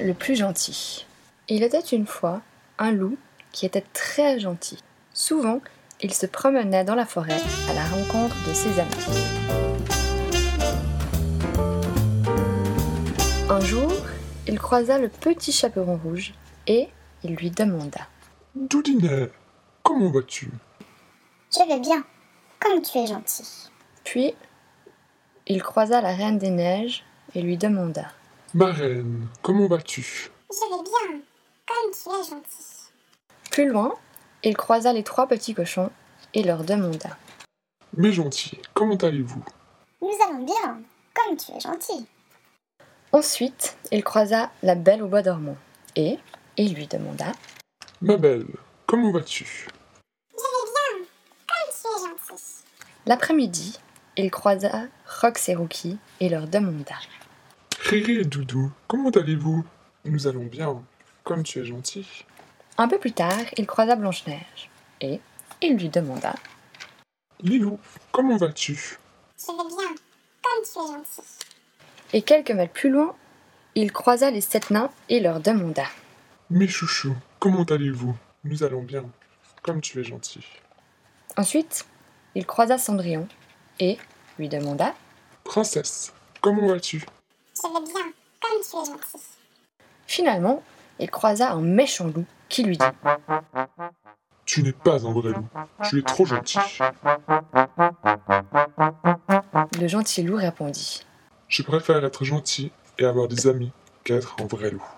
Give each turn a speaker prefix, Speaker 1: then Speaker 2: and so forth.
Speaker 1: le plus gentil. Il était une fois un loup qui était très gentil. Souvent, il se promenait dans la forêt à la rencontre de ses amis. Un jour, il croisa le petit chaperon rouge et il lui demanda
Speaker 2: Doudinet, comment vas-tu
Speaker 3: Je vais bien. Comme tu es gentil.
Speaker 1: Puis, il croisa la reine des neiges et lui demanda
Speaker 2: Ma reine, comment vas-tu
Speaker 3: Je vais bien. Comme tu es gentil.
Speaker 1: Plus loin, il croisa les trois petits cochons et leur demanda
Speaker 2: Mes gentils, comment allez-vous
Speaker 3: Nous allons bien. Comme tu es gentil.
Speaker 1: Ensuite, il croisa la belle au bois dormant et il lui demanda
Speaker 2: Ma belle, comment vas-tu
Speaker 3: Je vais bien. Comme tu es gentil.
Speaker 1: L'après-midi, il croisa Rox et Rookie et leur demanda
Speaker 2: Riri et Doudou, comment allez-vous Nous allons bien. Comme tu es gentil.
Speaker 1: Un peu plus tard, il croisa Blanche-Neige et il lui demanda
Speaker 2: Lilou, comment vas-tu
Speaker 3: Je vais bien. Comme tu es gentil.
Speaker 1: Et quelques mètres plus loin, il croisa les sept nains et leur demanda
Speaker 2: Mes chouchous, comment allez-vous Nous allons bien. Comme tu es gentil.
Speaker 1: Ensuite, il croisa Cendrillon et lui demanda
Speaker 2: Princesse, comment vas-tu
Speaker 3: Je vais bien. Comme tu es gentil.
Speaker 1: Finalement, il croisa un méchant loup qui lui dit
Speaker 2: Tu n'es pas un vrai loup. Tu es trop gentil.
Speaker 1: Le gentil loup répondit
Speaker 2: Je préfère être gentil et avoir des amis qu'être un vrai loup.